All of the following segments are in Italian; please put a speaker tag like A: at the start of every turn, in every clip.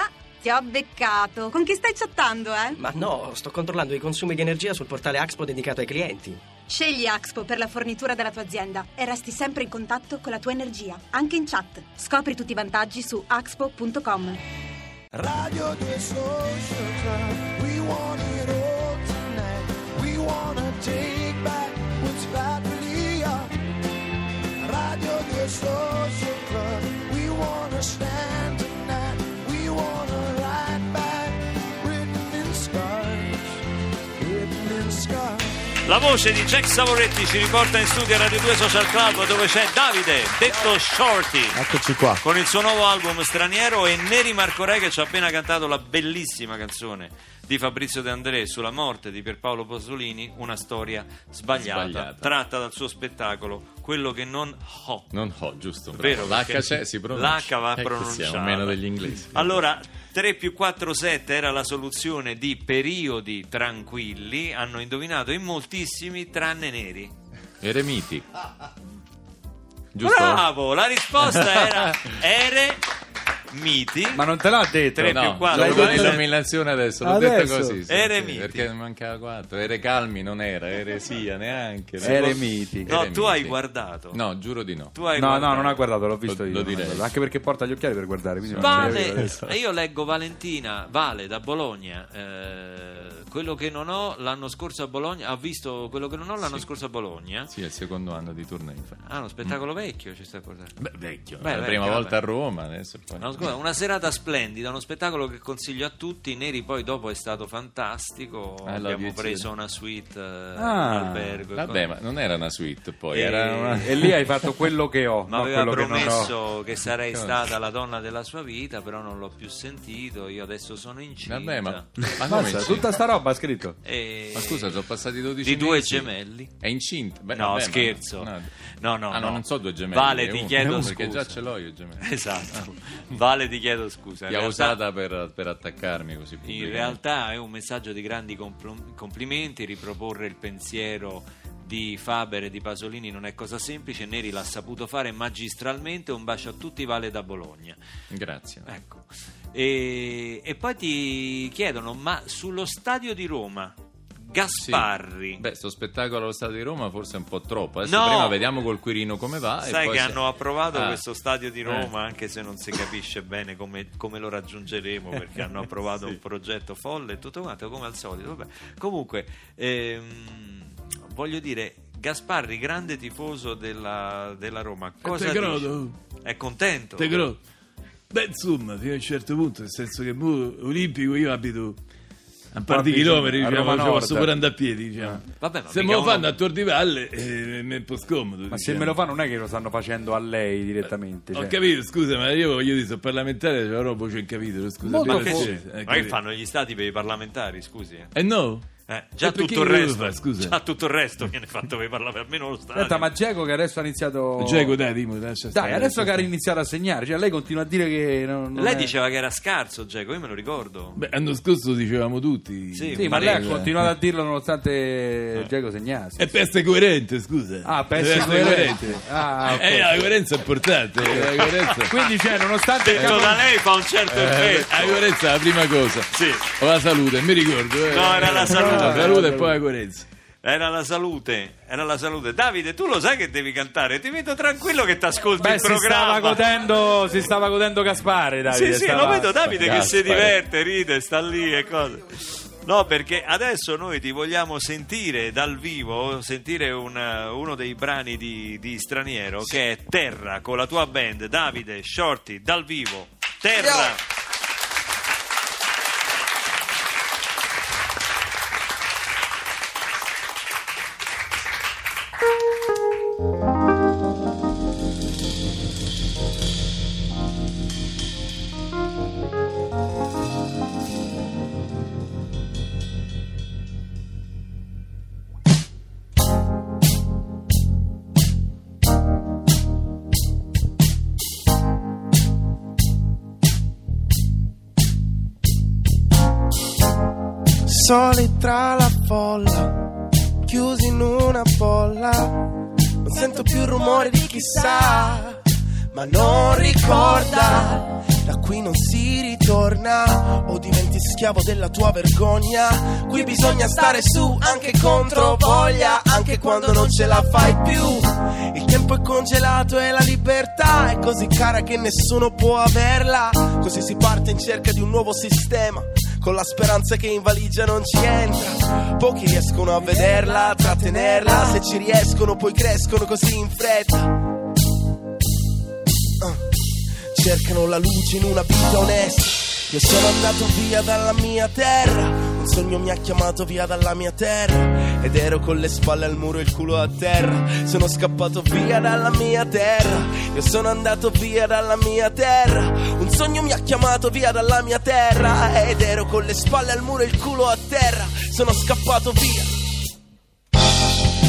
A: Ah, Ti ho beccato. Con chi stai chattando, eh?
B: Ma no, sto controllando i consumi di energia sul portale Axpo dedicato ai clienti.
A: Scegli Axpo per la fornitura della tua azienda e resti sempre in contatto con la tua energia, anche in chat. Scopri tutti i vantaggi su axpo.com.
C: Radio 2 Social Club. We want it all tonight. We wanna take back what's rightfully ours. Radio 2 Social Club. We wanna stand tonight. We wanna ride back. Written in scars. Written in scars.
D: La voce di Jack Savoretti ci riporta in studio a Radio 2 Social Club dove c'è Davide, detto Shorty,
E: Eccoci qua.
D: con il suo nuovo album Straniero e Neri Marco Re che ci ha appena cantato la bellissima canzone di Fabrizio De André sulla morte di Pierpaolo Pasolini, una storia sbagliata,
F: Sbagliata.
D: tratta dal suo spettacolo Quello che non ho.
F: Non ho, giusto.
D: Vero,
F: Vero, L'H
D: perché
F: c'è, si pronuncia.
D: L'H va
F: Eh, che siamo
D: pronunciata.
F: meno degli inglesi.
D: Allora, 3 più 4, 7 era la soluzione di periodi tranquilli, hanno indovinato in moltissimi tranne neri.
F: Eremiti. Giusto?
D: Bravo, la risposta era Ere Miti.
G: Ma non te l'ha detto?
D: Tre
F: No,
D: più quattro,
F: l'ho
G: l'hai
F: detto
G: detto-
F: l'umiliazione adesso, l'ho
G: Adesso?
F: detto così. sì,
D: Eremiti.
F: sì, perché mancava 4. Ere calmi non era, eresia neanche. no?
G: Eremiti.
D: No, tu hai
F: Eremiti.
D: guardato.
F: No, giuro di no.
D: Tu hai
G: No, no,
D: guardato.
G: non ha guardato, l'ho visto
F: Lo- lo
G: io. non ha
F: direi.
G: guardato. Anche perché porta gli occhiali per guardare. quindi non ce l'aveva
D: Vale,
G: adesso.
D: e io leggo Valentina, Vale da Bologna. eh, quello che non ho l'anno scorso a Bologna. Ha visto quello che non ho l'anno
F: Sì.
D: scorso a Bologna.
F: Sì, è il secondo anno di tournée. infatti.
D: Ah, uno spettacolo vecchio ci sta guardando.
F: Beh, vecchio.
D: Beh,
F: la
D: vecchio,
F: prima volta
D: vabbè.
F: a Roma, adesso poi.
D: No, scusa, una serata splendida, uno spettacolo che consiglio a tutti. Neri poi dopo è stato fantastico.
F: Ah, la
D: Abbiamo
F: piacere.
D: preso una suite eh, in
G: Eh, Ah,
D: albergo. e
F: Vabbè,
D: con-
F: ma non era una suite poi,
D: E-
F: era una...
G: Eh, E lì hai fatto quello che ho.
D: Eh, Ma
G: non
D: aveva
G: quello che non ho.
D: promesso che, sarei
F: Cosa?
D: stata la donna della sua vita, però non l'ho più sentito. Io adesso sono incinta.
F: Vabbè, ma... Ma, come
G: Mazza,
F: incinta?
G: tutta sta roba ha scritto.
D: E-
F: ma scusa, sono passati 12
D: Di due
F: mesi.
D: gemelli.
F: È incinta. Beh,
D: No,
F: vabbè, ma-
D: scherzo.
F: no.
D: No, no,
F: Ah,
D: no.
F: non so due gemelli.
D: Vale,
F: è
D: ti
F: uno,
D: chiedo
F: è uno, Perché
D: scusa.
F: già ce l'ho io i gemelli.
D: Esatto. Vale, ti chiedo scusa.
F: Ti Ah. ha
D: In realtà-
F: usata per, per attaccarmi così.
D: In
F: pubblicamente.
D: realtà è un messaggio di grandi compl- complimenti, riproporre il pensiero di Faber e di Pasolini non è cosa semplice, Neri l'ha saputo fare magistralmente, un bacio a tutti Vale da Bologna.
F: Grazie.
D: Ecco. E, e poi ti chiedono, ma sullo stadio di Roma,
F: Sì.
D: Gasparri,
F: Beh, sto spettacolo allo Stato di Roma forse è un po' troppo. Adesso
D: No!
F: prima vediamo col Quirino come va. ah, e
D: sai
F: poi
D: che
F: se-
D: hanno approvato
F: Ah.
D: questo stadio di Roma,
F: Eh.
D: anche se non si capisce bene come, come lo raggiungeremo, perché hanno approvato un progetto folle e tutto quanto, come al solito. vabbè. Comunque, ehm, voglio dire, Gasparri, grande tifoso della, della Roma, cosa
H: te
D: dice?
H: credo.
D: È contento?
H: Te credo. Beh, insomma, fino a un certo punto, nel senso che mo, olimpico io abito a un
G: po'
H: par di
G: vicino,
H: chilometri,
G: a
H: diciamo,
G: Roma
H: ci posso
G: Nord.
H: pure andare a piedi, diciamo.
D: Vabbè, ma
H: Se me
D: mica
H: lo
D: uno-
H: fanno a Tor di Valle eh, mi è un po' scomodo.
G: Ma se
H: diciamo.
G: me lo fa non è che lo stanno facendo a lei
D: Eh,
G: direttamente.
H: Ho
G: cioè.
H: capito, scusa, ma io voglio dire, sono parlamentare, c'è roba, c'è un capitolo, scusa.
G: Molto
H: bello,
G: che-
H: scusa, eh,
D: Ma che
H: capito.
D: fanno gli stati per i parlamentari, scusi? eh?
H: Eh no?
D: Eh, già,
H: E perché
D: tutto il
H: lo devo
D: resto,
H: fare, scusa?
D: già tutto il resto viene fatto per i parlamentari, almeno lo stadio.
G: Senta, ma Geco che adesso ha iniziato.
H: Geco, dai, Cioè, Rimo, lascia
G: Oh. Dai,
H: stare,
G: adesso
H: lascia
G: che ha
H: stare.
G: iniziato a segnare, cioè lei continua a dire che. Non, non
D: Lei
G: è-
D: diceva che era scarso, Geco, io me lo ricordo.
H: Beh, l'anno scorso dicevamo tutti.
D: Sì,
G: Sì, ma lei ha
D: Eh.
G: continuato a dirlo nonostante Geco segnasse.
H: È per essere coerente, scusa.
G: Ah, per
H: Deve
G: essere
H: essere
G: coerente. Ah, ok.
H: Eh, la coerenza è importante, la coerenza...
G: Quindi, cioè, nonostante.
D: Detto da lei fa un certo effetto.
H: Eh, La coerenza è la prima cosa.
D: Sì.
H: O la salute, mi ricordo. eh.
D: No, era la salute.
H: La salute e poi la coerenza.
D: Era la salute, era la salute. Davide, tu lo sai che devi cantare, ti vedo tranquillo che ti ascolti
G: Beh,
D: il
G: si stava
D: programma.
G: godendo, si stava godendo Gaspare, Davide.
D: sì, sì,
G: stava-
D: lo vedo Davide che si
F: Gaspare.
D: diverte, ride, sta lì e cose. No, perché adesso noi ti vogliamo sentire dal vivo, sentire una- uno dei brani di, di Straniero che è Terra con la tua band, Davide Shorty, dal vivo. Terra.
C: Soli tra la folla, chiusi in una bolla, non sento più rumore di chissà, ma non ricorda da qui non si ritorna o diventi schiavo della tua vergogna. Qui bisogna stare su anche contro voglia, anche quando non ce la fai più. Il tempo è congelato e la libertà è così cara che nessuno può averla. Così si parte in cerca di un nuovo sistema. Con la speranza che in valigia non ci entra Pochi riescono a vederla, a trattenerla Se ci riescono poi crescono così in fretta Ah. cercano la luce in una vita onesta. Io sono andato via dalla mia terra, un sogno mi ha chiamato via dalla mia terra. Ed ero con le spalle al muro e il culo a terra. Sono scappato via dalla mia terra. Io sono andato via dalla mia terra. Un sogno mi ha chiamato via dalla mia terra. Ed ero con le spalle al muro e il culo a terra. Sono scappato via.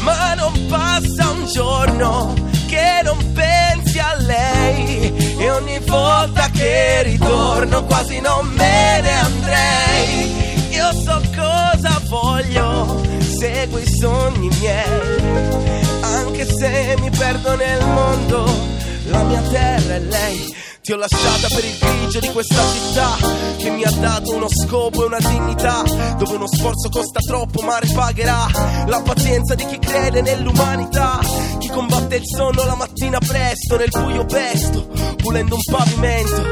C: Ma non passa un giorno che non pensi a lei E ogni volta che ritorno quasi non me ne andrei Io so cosa voglio, seguo i sogni miei Anche se mi perdo nel mondo, la mia terra è lei ti ho lasciata per il grigio di questa città Che mi ha dato uno scopo e una dignità Dove uno sforzo costa troppo ma ripagherà La pazienza di chi crede nell'umanità Chi combatte il sonno la mattina presto Nel buio pesto, pulendo un pavimento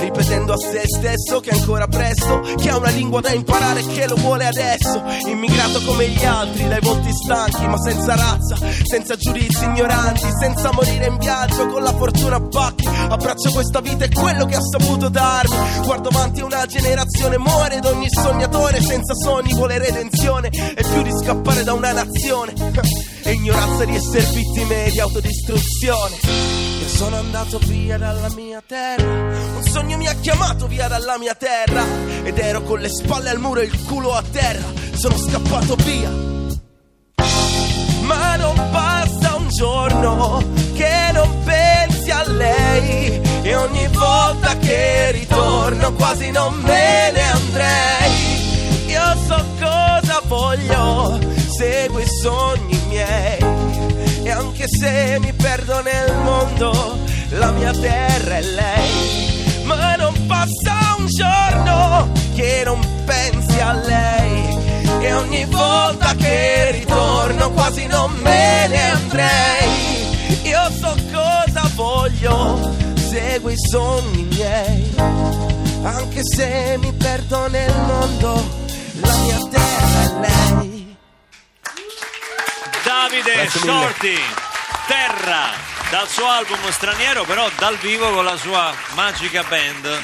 C: Ripetendo a se stesso che è ancora presto Che ha una lingua da imparare e che lo vuole adesso Immigrato come gli altri dai volti stanchi Ma senza razza, senza giudizi ignoranti Senza morire in viaggio con la fortuna a pacchi Abbraccio questa vita e quello che ha saputo darmi Guardo avanti una generazione muore ed ogni sognatore Senza sogni vuole redenzione E più di scappare da una nazione E ignoranza di essere vittime di autodistruzione io sono andato via dalla mia terra, un sogno mi ha chiamato via dalla mia terra Ed ero con le spalle al muro e il culo a terra, sono scappato via Ma non passa un giorno che non pensi a lei E ogni volta che ritorno quasi non me ne andrei Io so cosa voglio, seguo i sogni miei e anche se mi perdo nel mondo, la mia terra è lei. Ma non passa un giorno che non pensi a lei. E ogni volta che ritorno quasi non me ne andrei. Io so cosa voglio, seguo i sogni miei. Anche se mi perdo nel mondo, la mia terra è lei.
D: Davide
G: Grazie mille.
D: Sorti, Terra, dal suo album Straniero, però dal vivo con la sua magica band.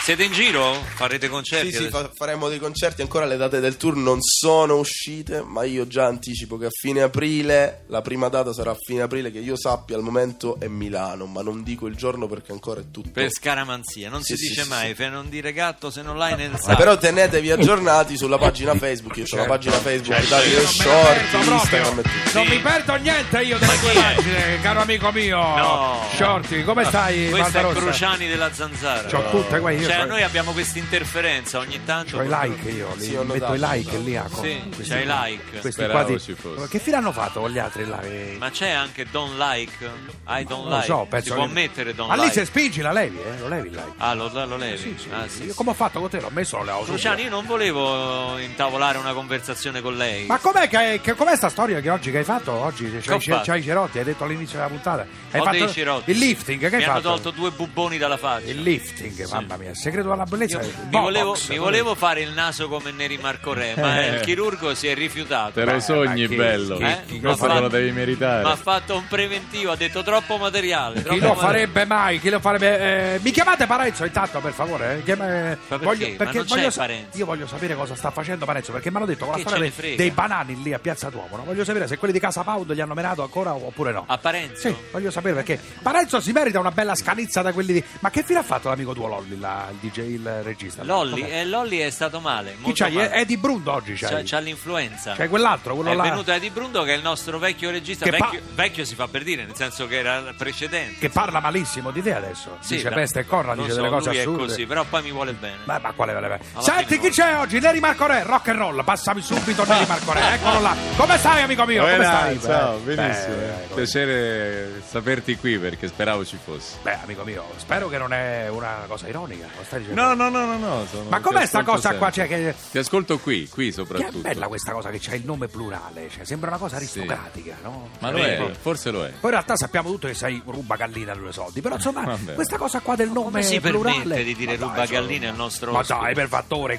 D: Siete in giro? Farete concerti?
C: Sì, sì,
D: adesso?
C: fa- faremo dei concerti. Ancora le date del tour non sono uscite, ma io già anticipo che a fine aprile, la prima data sarà a fine aprile, che io sappia al momento è Milano, ma non dico il giorno perché ancora è tutto.
D: Per scaramanzia, non
C: Sì,
D: si
C: sì,
D: dice
C: sì,
D: mai,
C: sì.
D: fe- non dire gatto se non l'hai nel
C: Eh,
D: sacco.
C: però tenetevi aggiornati sulla pagina Facebook. Io
G: Certo.
C: ho la pagina Facebook, Davide Short, Instagram e tutto.
G: Non mi perdo niente io delle tue pagine, caro amico mio.
D: No.
G: Shorty, come stai?
D: Questo è
G: Barbarossa?
D: Cruciani della Zanzara.
G: C'ho tutte qua, io
D: Cioè,
G: c'ho-
D: noi abbiamo questa interferenza ogni tanto.
G: C'ho i like io, li
C: Sì, ho
G: metto
C: notato,
G: i like lì a
D: Sì, c'hai i like.
G: Questi
F: Speravo
G: qua di-
F: ci fosse.
G: Che fine hanno fatto con gli altri là? che-
D: Ma c'è anche Don't Like? I Don't
G: non lo
D: Like.
G: so, penso
D: si può
G: che-
D: mettere Don't
G: Ma lì
D: Like.
G: se spingi la levi, eh? Lo levi il like.
D: Ah, lo, lo levi. Ah, sì,
G: Io
D: sì.
G: come ho fatto con te? L'ho messo le ho subito.
D: Cruciani, io non volevo intavolare una conversazione con lei.
G: Ma com'è, che, che- com'è sta storia che oggi che hai fatto? Oggi c'hai,
D: Che ho
G: c'hai-
D: fatto?
G: c'hai i cerotti, hai detto all'inizio della puntata. Hai
D: Ho
G: fatto
D: dei cirotti.
G: il lifting, che
D: Mi
G: hai
D: hanno
G: fatto?
D: tolto due buboni dalla faccia.
G: Il lifting, mamma mia, il segreto alla
D: Io
G: bellezza.
D: mi, volevo, mi volevo fare il naso come Neri Marco Re, ma
F: Eh.
D: il chirurgo si è rifiutato.
F: Te lo
G: Beh,
F: sogni
G: ma chi-
F: bello.
G: chi-
D: Eh?
G: chi lo
F: Questo
G: fa-
F: te lo devi meritare.
D: Ma ha fatto un preventivo, ha detto troppo materiale.
G: Chi
D: troppo
G: lo
D: materiale.
G: farebbe mai? Chi lo farebbe? eh, mi chiamate Parenzo intanto per favore. eh, che- eh,
D: perché? Ma non c'è
G: voglio, sa-
D: Parenzo.
G: io voglio sapere cosa sta facendo Parenzo perché mi hanno detto con la
D: Che
G: storia
D: ce ne
G: dei,
D: frega?
G: dei banani lì a Piazza Duomo. no? Voglio sapere se quelli di Casa Pound gli hanno menato ancora oppure no.
D: A Parenzo?
G: Sì, voglio sapere perché Parenzo si merita una bella scanizza da quelli di. Ma che fine ha fatto l'amico tuo Lolli là? il DJ, il regista?
D: Lolly,
G: Com'è?
D: eh, Lolly è stato male.
G: Chi
D: molto
G: c'hai?
D: male.
G: Eddie Brundo oggi
D: C'ha,
G: c'hai.
D: c'ha l'influenza.
G: C'hai quell'altro, quello
D: è
G: là.
D: venuto Eddie Brundo che è il nostro vecchio regista.
G: Che pa-
D: Vecchio, vecchio si fa per dire, nel senso che era precedente.
G: Che parla malissimo di te adesso.
D: Sì,
G: dice
D: da-
G: peste e corna,
D: non
G: dice
D: so,
G: delle cose
D: lui
G: assurde.
D: è così, però poi mi vuole bene.
G: Ma, ma quale vale?
D: Alla
G: Senti
D: fine Ah.
G: chi c'è oggi? Neri Marco Re, rock and roll. Passami subito Neri Marco Re, eccolo là. Come stai, amico mio? Come
F: Buona,
G: stai?
F: ciao,
G: Beh,
F: benissimo.
G: beh,
F: eh. Piacere saperti qui perché speravo ci fossi.
G: Beh, amico mio, spero che non è una cosa ironica. lo stai dicendo?
F: No, no, no, no, no. sono-
G: Ma
F: ti
G: com'è sta
F: ascolto
G: cosa
F: sempre.
G: qua? Cioè, che-
F: Ti ascolto qui, qui
G: Che è
F: soprattutto.
G: bella questa cosa che c'è il nome plurale, cioè, sembra una cosa
F: Sì.
G: aristocratica, no?
F: Ma lo
G: Cioè,
F: è,
G: poi-
F: forse lo è.
G: Poi in realtà sappiamo tutto che sei ruba gallina due soldi, però insomma
F: Vabbè.
G: questa cosa qua del nome
D: Come si
G: plurale
D: permette di dire
G: Ma dai,
D: ruba
G: cioè,
D: gallina al nostro
G: Ma
D: ospite?
G: dai, per fattore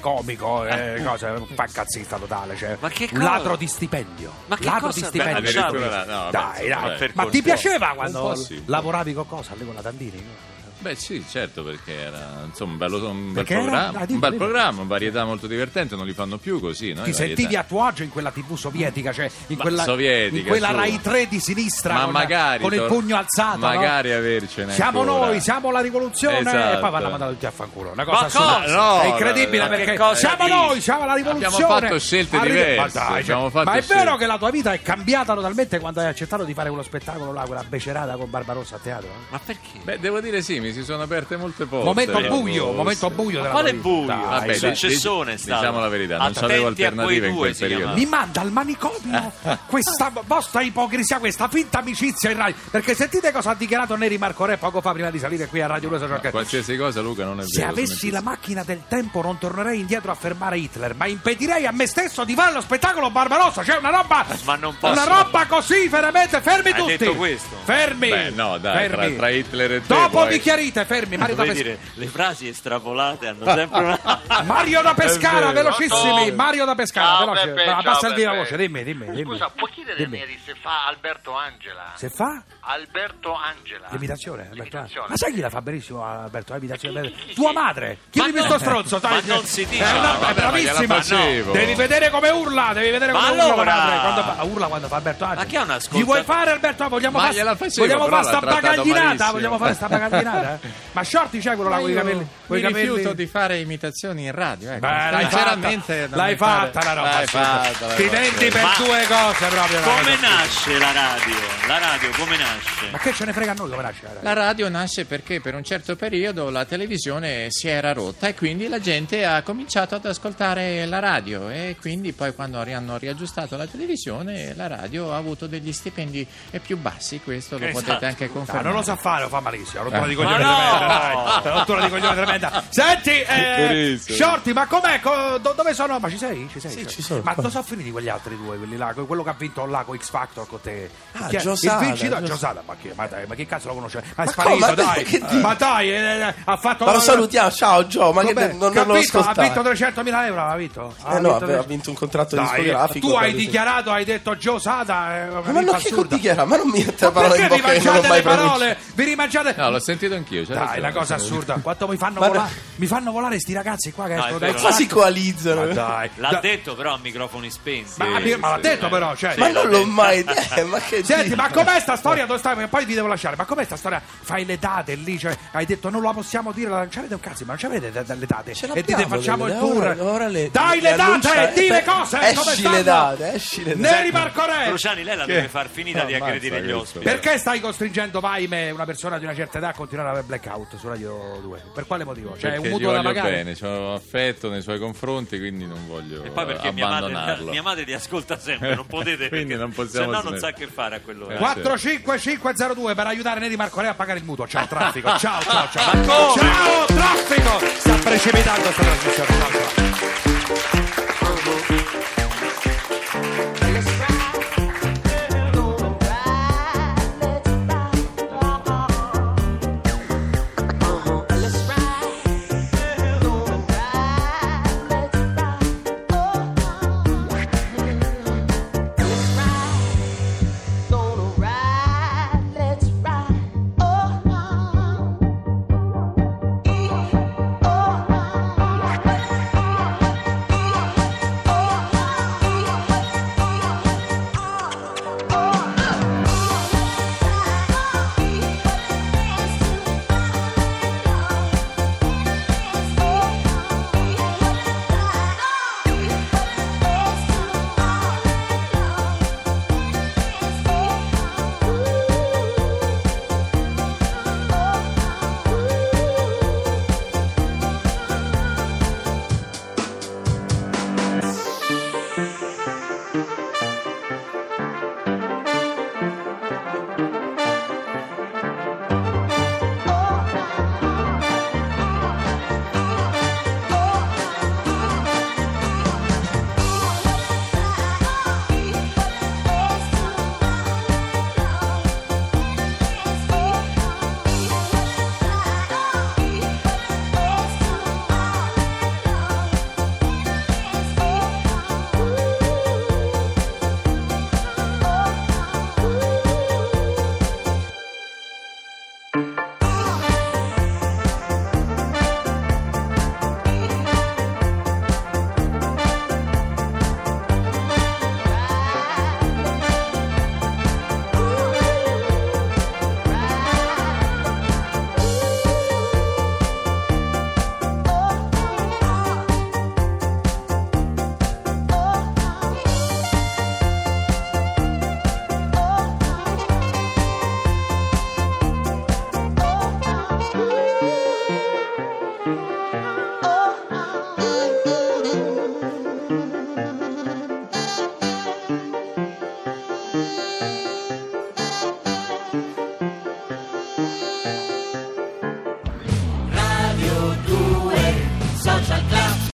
G: comico, eh, cosa, un fancazzista totale, cioè
D: Ma che
G: un
D: cosa?
G: lasro di stipendio.
D: Ma che
G: ladro
D: cosa?
G: di
D: Beh,
G: stipendio.
F: addirittura no, vabbè,
G: dai,
F: insomma,
G: dai.
F: dai.
G: Ma ti
D: Percorso.
G: piaceva
F: Un
G: quando
F: po' sì.
G: lavoravi con cosa? Lì con la Dandini?
F: Beh sì, certo, perché era insomma, un, bello- un bel
G: Perché era?
F: programma,
G: Ah, dimmi,
F: un bel
G: dimmi.
F: programma, una varietà molto divertente, non li fanno più così, Ah, no?
G: Ti
F: I varietà.
G: sentivi a tuo agio in quella TV sovietica, cioè in
F: Ma
G: quella,
F: sovietica,
G: in quella
F: su.
G: Rai 3 di sinistra
F: Ma
G: con,
F: magari
G: con il
F: tor-
G: pugno alzato. no?
F: magari avercene
G: Siamo
F: ancora.
G: noi, siamo la rivoluzione e poi
F: Esatto.
G: vanno a mandare tutti a fanculo. Una
D: Ma
G: cosa assurda.
D: cosa?
F: No,
G: è incredibile
F: ma che
G: perché
D: cosa
G: siamo
D: dici?
G: noi, siamo la rivoluzione.
F: fatto scelte
G: Arrivi-
F: diverse,
G: Ma, dai, cioè,
F: abbiamo fatto
G: ma è
F: scelte.
G: vero che la tua vita è cambiata totalmente quando hai accettato di fare quello spettacolo là, quella becerata con Barbarossa a teatro. eh?
D: Ma perché?
F: Beh, devo dire sì, mi si sono aperte molte porte.
G: Momento
F: dopo-
G: buio, momento buio della
D: Quale
G: tua vita.
D: buio?
G: Dai,
D: Vabbè,
G: dai.
D: sì.
F: dic-
D: Successone è stato.
F: Diciamo la verità, non
D: Attenti
F: avevo
D: a quei
F: alternative in
D: due,
F: quel
D: si
F: periodo.
D: chiamava.
G: Mi manda al manicomio questa vostra ipocrisia, questa finta amicizia in Rai. Perché sentite cosa ha dichiarato Neri Marco Re poco fa prima di salire qui a Radio 2 Social Club.
F: Qualsiasi cosa, Luca, non è
G: Se
F: vero.
G: avessi
F: sono
G: la macchina del tempo non tornerei indietro a fermare Hitler, ma impedirei a me stesso di fare lo spettacolo Barbarossa. C'è una roba.
D: Ma non posso.
G: Una roba così, veramente. Fermi
D: Hai
G: tutti.
D: detto questo?
G: Fermi.
F: Beh, no, dai, tra-
G: fermi.
F: tra Hitler e te
G: Dopo
F: poi-
G: mi chiarite, fermi. Mario da,
D: Vuoi
G: Pes-
D: dire, le frasi estrapolate hanno sempre una...
G: Mario da Pescara,
F: vero.
G: velocissimi. Mario da Pescara,
I: Ciao,
G: veloce.
I: Beppe,
G: Ma
I: ciao,
G: Abbassa il via
I: Beppe.
G: voce, dimmi, dimmi. dimmi.
I: Scusa, puoi chiedere
G: Dimmi.
I: a Neri se fa Alberto Angela?
G: Se fa
I: Alberto Angela.
G: L'imitazione, Alberto.
I: L'imitazione.
G: Ma sai chi la fa benissimo Alberto? L'imitazione.
I: Chi, chi, chi,
G: Tua
I: chi?
G: madre! Chi
D: Ma
G: mi
D: no,
G: sto stronzo?
D: ma non si dice.
G: È, una-
D: Ah,
G: è
F: vabbè, ma
G: bravissima!
F: gliela facevo.
G: No, Devi vedere come urla, devi vedere
D: Ma
G: come urla
D: allora?
G: la madre. Quando fa- urla quando fa Alberto Angelo.
D: Ma che è un ascolta-
G: Gli vuoi fare Alberto? Vogliamo
F: Ma
G: fare
F: gliela facevo,
G: vogliamo
F: però
G: fare sta
F: l'ha trattato
G: bagaglinata?
F: malissimo.
G: Vogliamo fare sta bagaglinata? eh? Ma shorty c'è quello là con i capelli? con i
F: mi
G: capelli-
F: rifiuto di fare imitazioni in radio. Ecco.
G: Beh, l'hai fatta,
F: Sinceramente, non
G: l'hai
F: mi pare-
G: fatta la roba.
F: L'hai
G: sì.
F: fatta, l'hai
G: Ti
F: fatta.
G: vendi per
D: Ma-
G: due cose proprio. la
D: Come
G: roba.
D: nasce la radio? La radio come nasce?
G: Ma che ce ne frega a noi come nasce? la radio?
J: La radio nasce perché per un certo periodo la televisione si era rotta e quindi la gente ha cominciato ad ascoltare la radio e quindi poi quando ri- hanno riaggiustato la televisione la radio ha avuto degli stipendi eh, più bassi, questo lo
D: Esatto.
J: potete anche
G: Ah,
J: confermare.
G: non lo sa fare, lo fa malissimo. Rottura di
F: Eh.
G: coglione
D: Ma no!
G: tremenda, dai. Rottura di coglione tremenda. Senti, eh,
F: riso.
G: Shorty, ma com'è? Co- do- dove sono? Ma ci sei? Ci sei? Shorty? Ma dove sono finiti quegli altri due, quelli là? Que- Quello che ha vinto là con X Factor con te.
C: Ah,
G: Chi è?
C: Giosada,
G: Il vincitore
C: Gios-
G: Giosada, ma che, ma dai, ma che cazzo lo conosce? Ma è
C: Ma
G: sparito,
C: come? Ma
G: dai.
C: che dici?
G: Ma dai, eh, eh, ha fatto...
C: Ma lo salutiamo, ciao Gio, ma che
G: Vabbè,
C: non, non
G: che ha
C: lo
G: vinto, ha vinto
C: ascoltate.
G: 300.000 euro, ha vinto.
C: Eh no, aveva vinto un contratto
G: Dai,
C: discografico.
G: tu hai
C: quello sì.
G: dichiarato, hai detto Giosada. eh,
C: Ma
G: una vita
C: non che
G: assurda.
C: dichiara, ma non mi mette
G: Ma
C: la parola in
G: perché vi
C: bocca che non ho
G: mangiate
C: mai
G: le
C: pronunciato.
G: parole? Vi rimangiate...
F: No, l'ho sentito anch'io. c'è
G: Dai,
F: ragione.
G: la cosa assurda, quanto mi fanno
C: Ma-
G: volare, mi fanno volare sti ragazzi qua che
D: No,
G: escono
D: è
G: dai
D: vero,
C: Qua si coalizzano.
G: Ma dai,
D: L'ha
G: da-
D: detto però a microfoni spenti.
G: ma, ma l'ha detto però, cioè.
C: Ma non l'ho mai detto, ma che
G: Senti,
C: dici?
G: ma com'è sta storia? Dove stai? Perché Poi vi devo lasciare. Ma com'è sta storia? Fai le date lì, cioè, hai detto non la possiamo dire, non ci avete un cazzo, ma non ci avete de- delle date.
C: Ce
G: e dite
C: l'abbiamo
G: facciamo il
C: delle-
G: tour.
C: ora- ora le-
G: Dai le,
C: annuncia-
G: date, di le
C: eh,
G: cose, come
C: Esci le
G: stanno?
C: date, esci le date.
G: Neri Marco Re.
D: Cruciani, lei la deve far finita di
F: Ammazza
D: aggredire gli
F: questo.
D: ospiti.
G: Perché stai costringendo Vaime, una persona di una certa età, a continuare ad avere blackout su Radio 2? Per quale motivo? Cioè, è un
F: Perché gli
G: mutuo da
F: voglio
G: pagare?
F: bene, ho affetto nei suoi confronti, quindi non voglio
D: E poi perché mia madre,
F: abbandonarlo.
D: mia madre ti ascolta sempre, non potete
F: Quindi
D: perché
F: non possiamo
D: se no non sa
F: smettere.
D: che fare a quell'ora.
F: Eh,
D: Ma
G: 45502 per aiutare Neri Marco Re a pagare il mutuo. Ciao traffico, ciao ciao ciao.
D: come?
G: Ciao traffico! Sta precipitando sta trasmissione. Ciao, ciao.
J: Oh, oh,